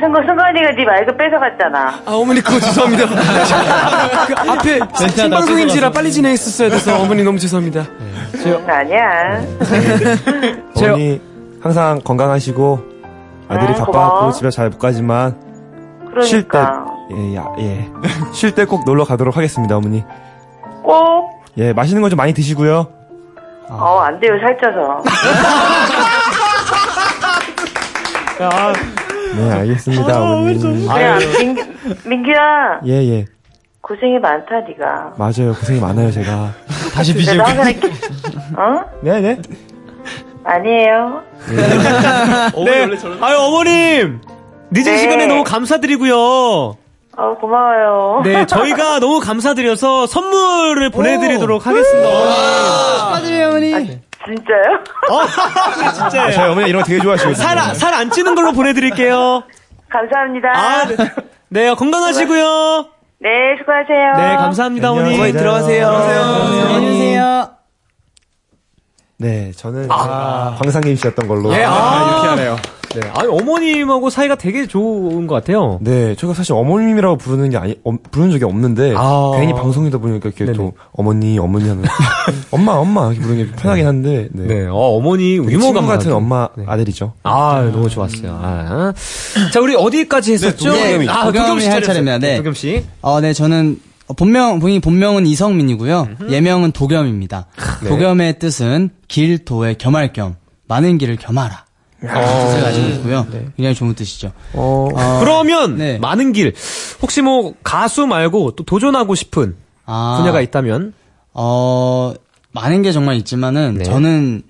승관, 승관이가 네 말고 뺏어갔잖아.
아, 어머니 그거 죄송합니다. 그 앞에 생방송인지라 빨리 진행했었어야 돼서 어머니 너무 죄송합니다.
응, 아니야.
어머니 항상 건강하시고 아들이
응,
바빠갖고
네, 고마워.
집에 잘 못 가지만 쉴 때
그러니까
예, 야, 예. 쉴 때 꼭 놀러 가도록 하겠습니다, 어머니.
꼭.
예, 맛있는 거 좀 많이 드시고요.
아.
어, 안 돼요, 살쪄서.
네, 알겠습니다,
아,
어머니.
그래, 민, 민규야,
예, 예.
고생이 많다, 네가
맞아요. 고생이 많아요, 제가. 다시
그래도 항상 이렇게, 어?
네, 네.
아니에요.
네. 아유, 어머님! 늦은
네.
시간에 너무 감사드리고요.
어, 고마워요.
네, 저희가 너무 감사드려서 선물을 보내드리도록 하겠습니다. 네.
축하드려요, 어머니. 진짜요?
어,
아, 저희 어머니 이런 거 되게 좋아하시거든요.
살안 찌는 걸로 보내드릴게요.
감사합니다.
네, 건강하시고요.
네, 수고하세요.
네, 감사합니다, 어머니.
어머니, 들어가세요.
들어가세요.
네, 저는 광상김씨였던 걸로.
아. 예, 아,
유쾌하네요.
네, 아니, 어머님하고 사이가 되게 좋은 것 같아요.
네, 저희가 사실 어머님이라고 부르는 게 아니, 어, 부르는 적이 없는데
아.
괜히 방송이다 보니까 이렇게 또 어머니, 어머니 하면 엄마, 엄마 이렇게 부르는 게 편하긴 한데. 네,
어, 머니
친구
유머감 네.
같은
많아요.
엄마 아들이죠.
아, 너무 좋았어요. 아. 자, 우리
네,
어디까지 했었죠? 아, 도겸
도겸이
씨
할 차례입니다. 네.
도겸 씨.
어, 네, 저는 어, 본명 본인 본명은 이성민이고요. 예명은 도겸입니다.
네.
도겸의 뜻은 길, 도의 겸할 겸 많은 길을 겸하라.
어.
뜻을 가지고 있고요. 굉장히 좋은 뜻이죠. 어,
그러면 많은 길 혹시 뭐 가수 말고 또 도전하고 싶은
아.
분야가 있다면
어, 많은 게 정말 있지만은
네.
저는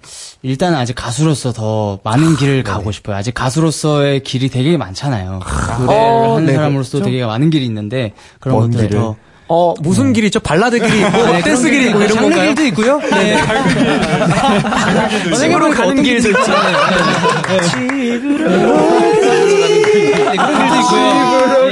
일단 아직 가수로서 더
아,
많은 길을 가고 싶어요. 아직 가수로서의 길이 되게 많잖아요. 노래를
어,
하는
네,
사람으로서
그렇죠.
되게 많은 길이 있는데 그런
먼
것들을
길을.
더
어 무슨 길이 있죠? 발라드 길이 있고
네,
댄스
그런
길이 있고
게
이런
장르
건가요?
길도 있고요. 네.
집으로 가는 길도 네. 있죠.
네. 아, 집으로 가는
네,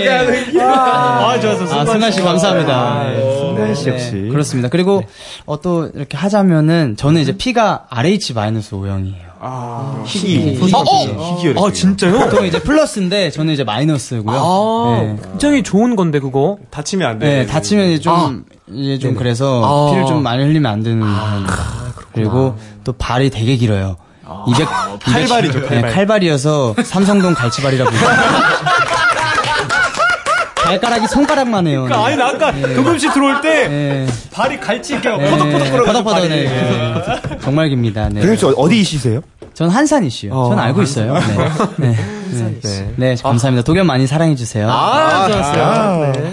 길.
예. 아, 좋았어.
아, 승관 씨 감사합니다. 네.
승관 씨 역시.
그렇습니다. 그리고 어, 또 이렇게 하자면은 저는 이제 P가 RH 마이너스 O형이에요. 아,
희귀. 아, 어! 희귀 혈액이에요. 아, 진짜요?
보통 이제 플러스인데 저는 이제 마이너스고요.
아,
네.
굉장히 좋은 건데 그거
다치면 안
네, 다치면 이제 좀, 이제 좀
네네.
그래서
아.
피를 좀 많이 흘리면 안 되는. 아, 그리고 또 발이 되게 길어요. 200,
칼발이죠, 칼발.
이어서 삼성동 갈치발이라고. 발가락이 손가락만 해요.
그러니까 아니 나 아까
네.
도겸 씨 들어올 때 발이 갈치 이렇게 퍼덕퍼덕 걸어.
네. 퍼덕퍼덕, 네. 네. 정말 깁니다. 네.
도겸 씨 어디이시세요?
전 한산이시요.
어, 아.
전 알고 있어요.
한산.
네. 네. 네. 네, 감사합니다. 도겸 많이 사랑해주세요.
아, 좋았어요.
아,
네.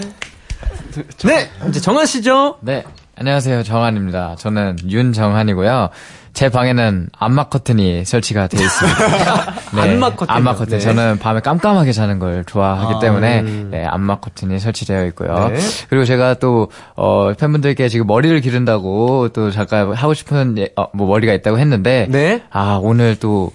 네, 이제 정한 씨죠?
네, 안녕하세요. 정한입니다. 저는 윤정한이고요. 제 방에는 안마 커튼이 설치가 되어 있습니다.
안마 커튼이요?
안마 커튼.
네.
저는 밤에 깜깜하게 자는 걸 좋아하기
아,
때문에
음.
네, 안마 커튼이 설치되어 있고요.
네.
그리고 제가 또 어, 팬분들께 지금 머리를 기른다고 또 잠깐 하고 싶은 예- 어, 뭐 머리가 있다고 했는데
네?
아 오늘 또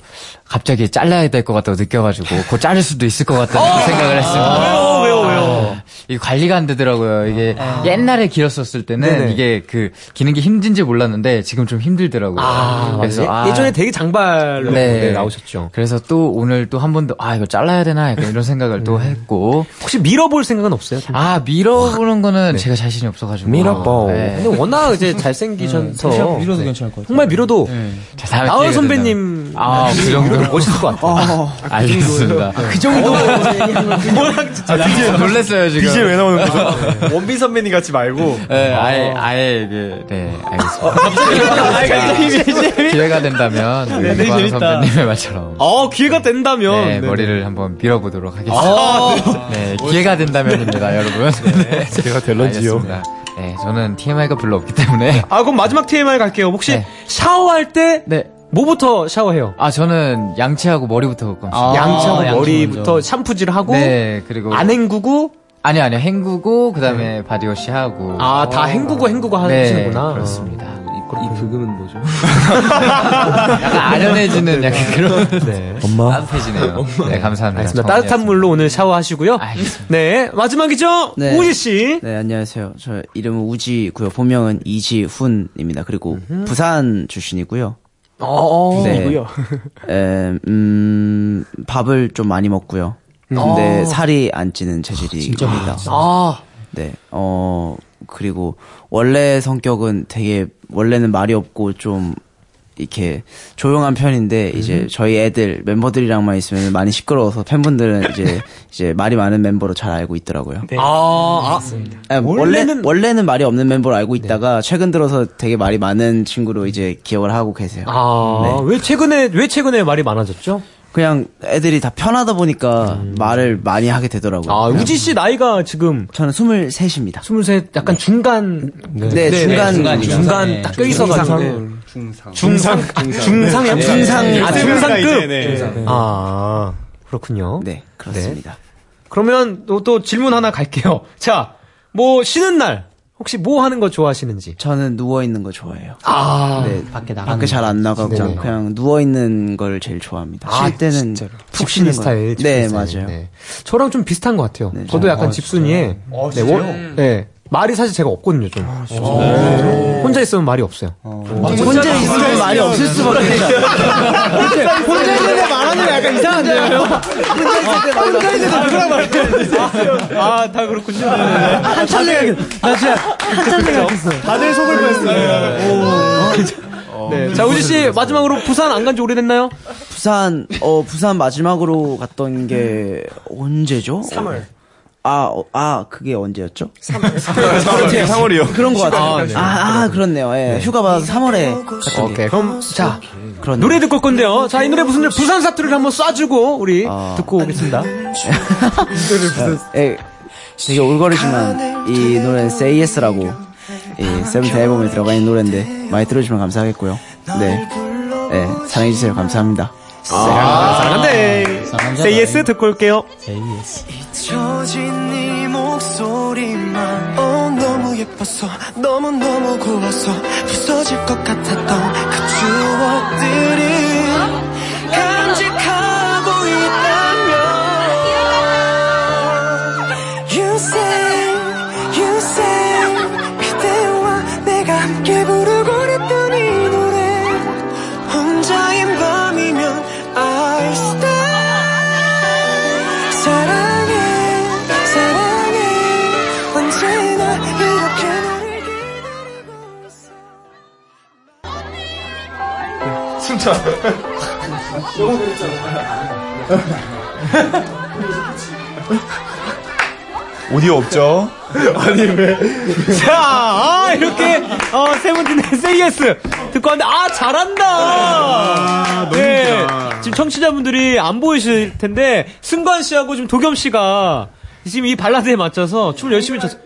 갑자기 잘라야 될 것 같다고 느껴가지고 곧 자를 수도 있을 것 같다는 생각을 했습니다.
어! 아,
아,
왜요, 왜요, 왜요? 아.
이게 관리가 안 되더라고요. 이게 옛날에 길었었을 때는
네네.
이게 그 기는 게 힘든지 몰랐는데 지금 좀 힘들더라고요.
아,
그래서
맞아요.
아,
예전에 되게 장발로 네, 나오셨죠.
그래서 또 오늘 또 한 번 더 아 이거 잘라야 되나 약간 이런 생각을 또 했고
네. 혹시 밀어볼 생각은 없어요? 네.
아 밀어보는 거는 제가 자신이 없어가지고
밀어봐.
네.
근데 워낙 이제 잘생기셔서
네, 밀어도
괜찮을 것 같아요.
정말 밀어도
네. 자, 다음에
나얼
기회가
선배님
된다면. 아, 그 정도로
멋있을 것 같아요.
알겠습니다.
그 정도. 워낙 진짜
아, 놀랐어요 지금.
BGM 왜
나오는 거죠?
원빈 선배님 같이 말고.
네, 아예 아예 이게 네 알겠습니다.
아, 이게 재밌-
기회가 된다면
네, 되게
유광
재밌다.
선배님의 말처럼
어, 기회가 된다면
네,
네.
머리를 한번 밀어보도록 하겠습니다.
아,
네, 기회가 된다면입니다, 여러분. 네, 기회가 될런지요. 네, 저는 TMI가 별로 없기 때문에. 네.
아, 그럼 마지막 TMI 갈게요. 혹시 샤워할 때 뭐부터 샤워해요? 아,
아, 저는 양치하고 머리부터 감습니다.
양치하고 머리부터 샴푸질 하고
네, 그리고
안 헹구고 네.
아니 아니요. 헹구고 그다음에 바디워시 하고.
아,
어.
다 헹구고 헹구고 하시는구나. 어.
네, 그렇습니다.
이 불금은 뭐죠?
약간 아련해지는 약간 네, 그런
네.
엄마
따뜻해지네요. 네, 감사합니다.
알겠습니다. 따뜻한 물로 오늘 샤워하시고요. 네, 마지막이죠?
네.
우지 씨.
네, 안녕하세요. 저 이름은 우지고요. 본명은 이지훈입니다. 그리고 부산 출신이고요.
어, 이고요.
에, 음, 밥을 좀 많이 먹고요. 근데
어.
살이 안 찌는 체질입니다.
아,
네. 어, 그리고 원래 성격은 되게 원래는 말이 없고 좀
이렇게 조용한 편인데 이제
음.
저희 애들 멤버들이랑만 있으면 많이 시끄러워서 팬분들은 이제 이제 말이 많은 멤버로 잘 알고 있더라고요.
아,
아니, 원래는 원래는 말이 없는 멤버로 알고
네.
있다가 최근 들어서 되게 말이 많은 친구로 이제 기억을 하고 계세요.
아,
네.
왜 최근에, 왜 최근에 말이 많아졌죠? 음.
그냥 애들이 다 편하다 보니까 말을 많이 하게 되더라고요.
아, 우지 씨 나이가 지금
저는 23입니다.
23 약간 중간
네, 중간 네,
중간 딱 껴있어 가지고
중상.
그 중상 아, 중상이요?
네.
아,
네. 네.
중상급. 네. 아, 그렇군요.
네,
그렇습니다. 그러면 또, 또 질문 하나 갈게요. 자, 뭐 쉬는 날 혹시 뭐 하는 거 좋아하시는지?
저는 누워 있는 거 좋아해요.
아,
네,
밖에
밖에 잘 안 나가고
네.
그냥 누워 있는 걸 제일 좋아합니다. 쉴 때는 푹
집순이
쉬는 거.
스타일. 집순이
네,
스타일.
맞아요.
네. 저랑 좀 비슷한 것 같아요.
네.
저도
저-
약간
아,
집순이에.
아, 진짜요?
원- 네. 말이 사실 제가 없거든요, 좀.
아,
어, 네. 혼자 있으면 말이 없어요.
혼자 혼자 있으면 있으면 말이 없을 수밖에
혼자, 혼자 있는데 말하는 거 약간 이상한데요? 혼자 있을 때 말하는 혼자 있는데 누구랑 말해?
아, 다 그렇군요.
아, 한참 생각했어. 나 진짜 한참 생각했어. 다들 속을 뺐어요.
네. 자, 우지 씨, 마지막으로 부산 안 간 지 오래됐나요?
부산 어 부산 마지막으로 갔던 게 언제죠?
3월.
아, 어, 아, 그게 언제였죠? 3월.
삼월, 삼월이요.
그런 것 같아요.
아,
아,
네.
아, 그렇네요. 예. 휴가 받아서 3월에.
오케이. 그럼, 자,
그런
노래 듣고 올 건데요. 자, 이 노래 무슨 노래? 부산 사투리를 한번 쏴주고, 우리 듣고 오겠습니다.
아. 예, 되게 올거리지만 이 노래는 Say Yes라고 이 세븐틴 앨범에 들어가 있는 노래인데 많이 들어주시면 감사하겠고요. 네, 예, 사랑해주세요. 감사합니다.
아. 사랑한대. Say yes 듣고 올게요.
잊혀진 네 목소리만 어 너무 예뻤어 너무너무 고웠어 부서질 것 같았던 그 추억들이 간직하고 있다면 You sing you sing 그대와 내가 함께 부르고 있던 이 노래 혼자인 밤이면 I stay 사랑해 사랑해 언제나 이렇게 나를 기다리고 있어
춤춰.
네.
오디오 없죠? 아니 왜?
자, 아, 이렇게, 어, 세븐틴의 Say Yes 듣고 왔는데, 아, 잘한다! 네. 지금 청취자분들이 안 보이실 텐데, 승관 씨하고 지금 도겸 씨가 지금 이 발라드에 맞춰서 춤을 열심히 췄어요.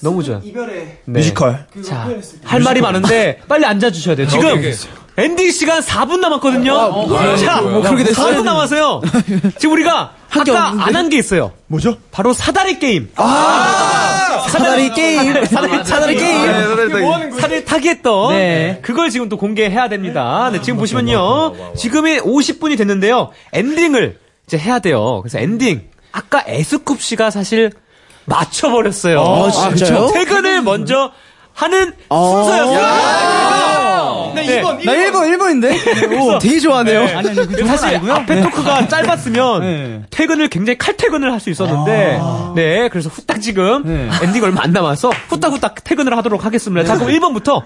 너무 좋아요.
이별의
네.
뮤지컬.
자, 할 말이 많은데 빨리 앉아 주셔야 돼요. 지금
오케이, 오케이.
엔딩 시간 4분 남았거든요.
어, 뭐야,
자,
뭐야. 그렇게 됐어요?
4분 남았어요. 지금 우리가 아까 안 한 게 있어요. 뭐죠? 바로 사다리 게임.
사다리 게임.
사다리, 사다리 게임.
네, 사다리 타기.
뭐 하는 거예요? 사다리 타기 했던
네.
그걸 지금 또 공개해야 됩니다. 네, 지금 보시면요. 지금이 50분이 됐는데요. 엔딩을 이제 해야 돼요. 그래서 엔딩. 아까 에스쿱 씨가 사실 맞춰버렸어요.
아, 진짜요?
그쵸? 퇴근을 먼저 하는
어.
네.
야!
순서였어요.
나 일본, 나 일본.
일본인데?
오, 되게 좋아하네요. 아니, 아니, 그건
사실
아니고요.
앞에
네.
토크가 짧았으면 퇴근을 굉장히 칼퇴근을 할 수 있었는데, 네, 그래서 후딱 지금 엔딩 얼마 안 남아서 후딱후딱 퇴근을 하도록 하겠습니다. 자, 그럼 1번부터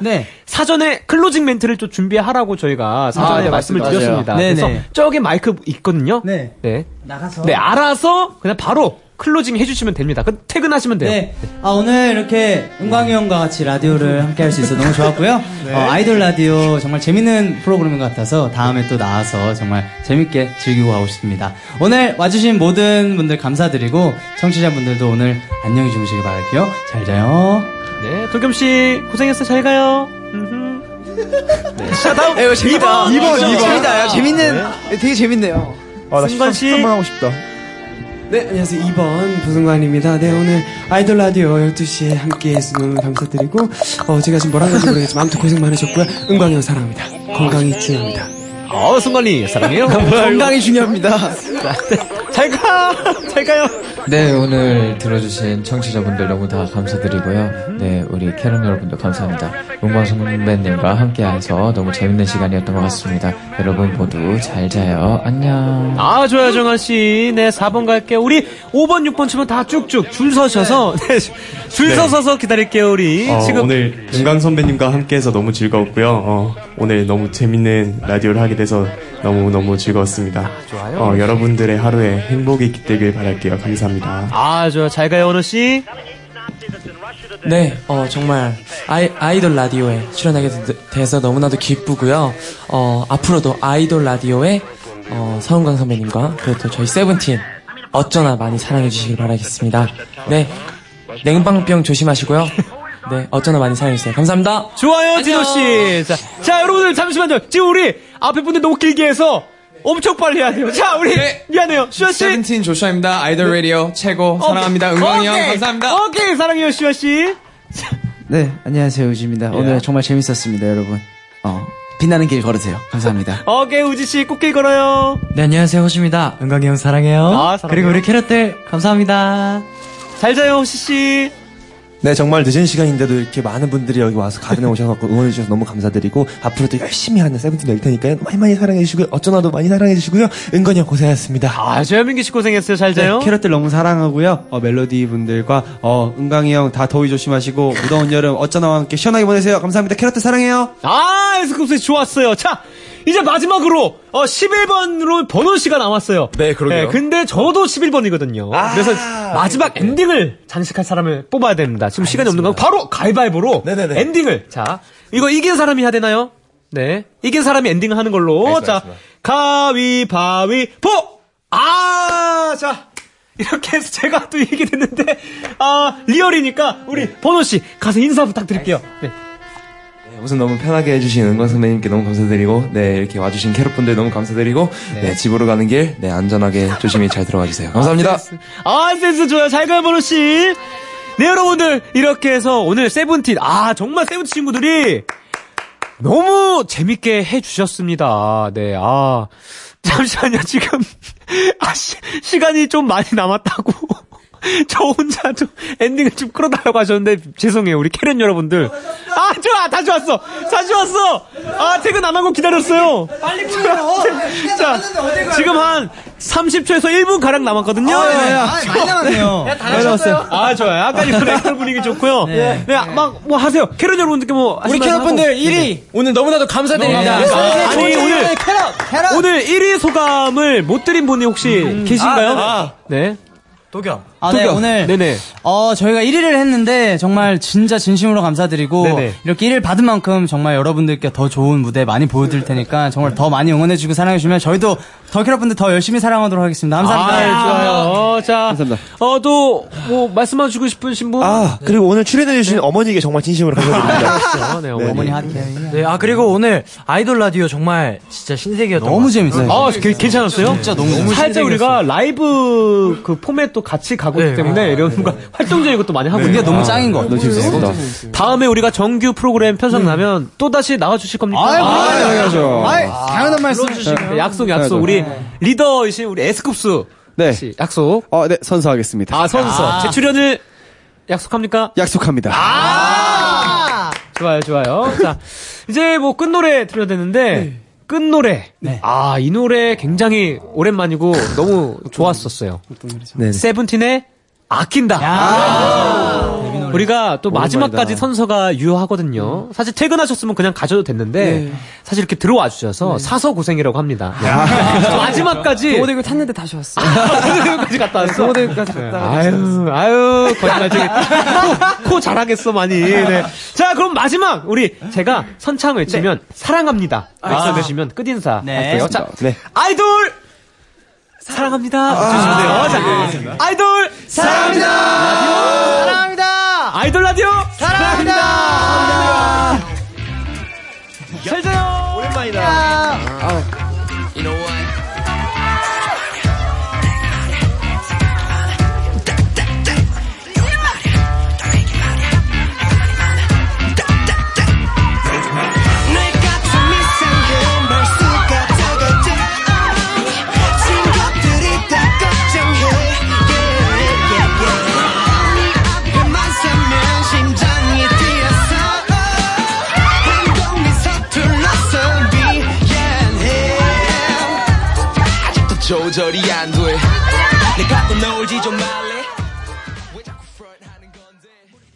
사전에 클로징 멘트를 좀 준비하라고 저희가 사전에
아,
말씀을
맞습니다.
드렸습니다.
맞아요.
그래서
네네.
저기 마이크 있거든요. 네. 네.
나가서.
알아서 그냥 바로 클로징 해주시면 됩니다. 그럼 퇴근하시면 돼요.
네. 아, 오늘 이렇게 은광이 형과 같이 라디오를 함께 할 수 있어서 너무 좋았고요.
네.
어, 아이돌 라디오 정말 재밌는 프로그램인 것 같아서 다음에 또 나와서 정말 재밌게 즐기고 가고 싶습니다. 오늘 와주신 모든 분들 감사드리고 청취자분들도 오늘 안녕히 주무시길 바랄게요. 잘 자요.
네, 도겸 씨 고생했어. 잘 가요. 자, 다음
에이, 재밌다.
2번, 2번. 네.
재밌다. 야, 재밌는, 되게 재밌네요.
아, 나
승관 씨. 하고 싶다. 네, 안녕하세요. 2번 부승관입니다. 네, 오늘 아이돌 라디오 12시에 함께 해주셔서 너무 감사드리고, 어, 제가 지금 뭐라 하는지 모르겠지만, 아무튼 고생 많으셨고요. 은광이 형 사랑합니다. 건강이 중요합니다.
어, 승관이 사랑해요.
건강이 중요합니다.
잘 가! 잘 가요!
네, 오늘 들어주신 청취자분들 너무 다 감사드리고요. 네, 우리 캐럿 여러분도 감사합니다. 음반 선배님과 함께해서 너무 재밌는 시간이었던 것 같습니다. 여러분 모두 잘 자요. 안녕.
아, 좋아요, 정한 씨. 네, 4번 갈게요. 우리 5번, 6번 치면 다 쭉쭉 줄 서셔서, 네, 줄
네.
서서 기다릴게요, 우리.
어,
지금.
오늘 은강 선배님과 함께해서 너무 즐거웠고요. 어, 오늘 너무 재밌는 라디오를 하게 돼서 너무너무 즐거웠습니다.
좋아요.
어, 여러분들의 하루에 행복이 깃들길 바랄게요. 감사합니다.
아, 좋아요. 잘 가요, 원호 씨.
네, 어, 정말 아이, 아이돌 라디오에 출연하게 되- 돼서 너무나도 기쁘고요. 어, 앞으로도 아이돌 라디오에 어, 서은광 선배님과 그리고 또 저희 세븐틴 어쩌나 많이 사랑해 주시길 바라겠습니다. 네, 냉방병 조심하시고요. 네, 어쩌나 많이 사랑해 주세요. 감사합니다.
좋아요, 진호 씨. 자, 자, 여러분들 잠시만요. 지금 우리 앞에 분들 너무 길게 해서 엄청 빨리 해야 돼요. 자, 우리 미안해요. 슈아 씨.
네. 세븐틴 조슈아입니다. 아이돌
네. 어,
라디오 최고 사랑합니다. 은광이 형
오케이.
감사합니다.
오케이, 사랑해요, 슈아 씨.
네, 안녕하세요. 우지입니다. 오늘 정말 재밌었습니다, 여러분. 어, 빛나는 길 걸으세요. 감사합니다.
오케이, 우지 씨, 꽃길 걸어요.
네, 안녕하세요. 호시입니다. 은광이 형 사랑해요.
아, 사랑해요.
그리고 우리 캐럿들 감사합니다.
잘 자요, 호시 씨.
네, 정말 늦은 시간인데도 이렇게 많은 분들이 여기 와서 가든에 오셔서 응원해주셔서 너무 감사드리고, 앞으로도 열심히 하는 세븐틴 될 테니까요. 많이 많이 사랑해주시고요. 어쩌나도 많이 사랑해주시고요. 은건이 형 고생하셨습니다.
아, 조현민기 씨 고생했어요. 잘 자요.
네, 캐럿들 너무 사랑하고요. 어, 멜로디 분들과 어, 은광이 형 다 더위 조심하시고 무더운 여름 어쩌나와 함께 시원하게 보내세요. 감사합니다. 캐럿들 사랑해요.
아, 에스쿱스 좋았어요. 자, 이제 마지막으로 어, 11번으로 번호 씨가 나왔어요. 네,
그러게요. 아, 네.
근데 저도 11번이거든요. 그래서 마지막 엔딩을 장식할 사람을 뽑아야 됩니다. 지금 시간이 없는 거고 바로 가위바위보로 엔딩을 자, 이거 이긴 사람이 해야 되나요? 네. 이긴 사람이 엔딩을 하는 걸로. 자, 가위바위보. 아, 자. 이렇게 해서 제가 또 이기게 됐는데 아, 리얼이니까 우리
네.
번호 씨 가서 인사 부탁드릴게요. 네.
네, 우선 너무 편하게 해주신 은광 선배님께 너무 감사드리고, 네, 이렇게 와주신 캐럿분들 너무 감사드리고, 네, 집으로 가는 길, 네, 안전하게 조심히 잘 들어가 주세요. 감사합니다.
아, 센스 좋아요. 잘 가요, 번호 씨. 네, 여러분들. 이렇게 해서 오늘 세븐틴. 아, 정말 세븐틴 친구들이 너무 재밌게 해주셨습니다. 네, 아. 잠시만요, 지금. 아, 시, 시간이 좀 많이 남았다고. 저 혼자 좀 엔딩을 좀 끌어달라고 하셨는데, 죄송해요. 우리 캐런 여러분들. 아, 좋아! 다시 왔어! 다시 왔어! 아, 퇴근 안 하고 기다렸어요!
빨리 보내요. 시간
자,
남았는데 네, 어딜 가요?
지금 한 30초에서 1분 가량 남았거든요. 네.
아, 야, 야. 아, 많이 남았네요. 야, 다
많이
하셨어요.
남았어요. 아, 좋아요. 아까 이번에 분위기 좋고요. 네, 막 뭐 하세요. 캐럿 여러분들께 뭐 하실
우리
말씀
캐럿분들
하고.
1위 오늘 너무나도 감사드립니다.
네. 아,
아니,
아니
오늘
오늘 오늘 1위 소감을 못 드린 분이
음,
혹시 계신가요?
아,
네.
도겸.
아,
아, 네,
도겸.
오늘.
네네.
어, 저희가 1위를 했는데, 정말 진짜 진심으로 감사드리고,
네네.
이렇게 1위를 받은 만큼 정말 여러분들께 더 좋은 무대 많이 보여드릴 테니까, 정말 더 많이 응원해주시고 사랑해주시면, 저희도 더 캐럿분들 더 열심히 사랑하도록 하겠습니다. 감사합니다.
아, 좋아요. 자, 어, 네. 어또뭐 말씀해주고 싶으신 분?
아, 그리고 오늘 출연해주신 어머니에게 정말 진심으로 감사드립니다.
네,
어머니
네, 아 그리고 오늘 아이돌 라디오 정말 진짜 신세계였던
너무
것 같아요.
재밌어요.
아, 그- 괜찮았어요?
진짜 너무
살짝
신세계였어요.
우리가 라이브 그 포맷도 같이 가고 있기
네,
아,
때문에 이런 뭔가 활동적인 것도 많이 하고
네.
있어요.
그게 너무
아,
짱인 것 같아요. 너무 재밌었습니다. 음.
너무 재밌어요. 다음에 우리가 정규 프로그램 편성나면 또 다시 나와주실 겁니까?
아유, 당연하죠. 아유, 당연한 말씀.
네,
불러주시면. 약속,
당연하죠.
약속. 우리 리더이신 우리 에스쿱스.
네.
약속.
어, 네, 선서하겠습니다.
아, 선서. 아, 제 출연을 약속합니까?
약속합니다.
좋아요, 좋아요. 자, 이제 뭐 끝 노래 들려야 되는데,
네.
끝 노래. 아, 이 노래 굉장히 오랜만이고 너무 좋았었어요. 네.
네.
세븐틴의 아낀다. 우리가
오랜만이다.
또
네.
마지막까지 선서가 유효하거든요. 사실 퇴근하셨으면 그냥 가셔도 됐는데 사실 이렇게 들어와
네.
주셔서 사서 고생이라고 합니다. 마지막까지
동호대교 탔는데 다시 왔어.
동호대교까지 갔다 왔어.
동호대교까지 갔다 왔어.
아유, 아유, 거짓말 저기. 코, 코 잘하겠어, 많이. 네. 자, 그럼 마지막, 우리, 제가 선창 외치면, 사랑합니다.
네. 아.
외쳐주시면 끝인사
네.
할게요. 자,
네.
아이돌! 사랑합니다.
아.
주시면 돼요. 자, 아이돌!
네.
사랑합니다! 라디오! 사랑합니다! 아이돌 라디오! 사랑합니다! 잘 자요! 오랜만이다.
내가 좀 이상해 말수가 작아져 친구들이 다 걱정해 yeah, yeah, yeah. 네 앞에만 서면 심장이 뛰어서 행동이 서툴러서 미안해 아직도 조절이 안돼 내가 또 놀지 좀 말래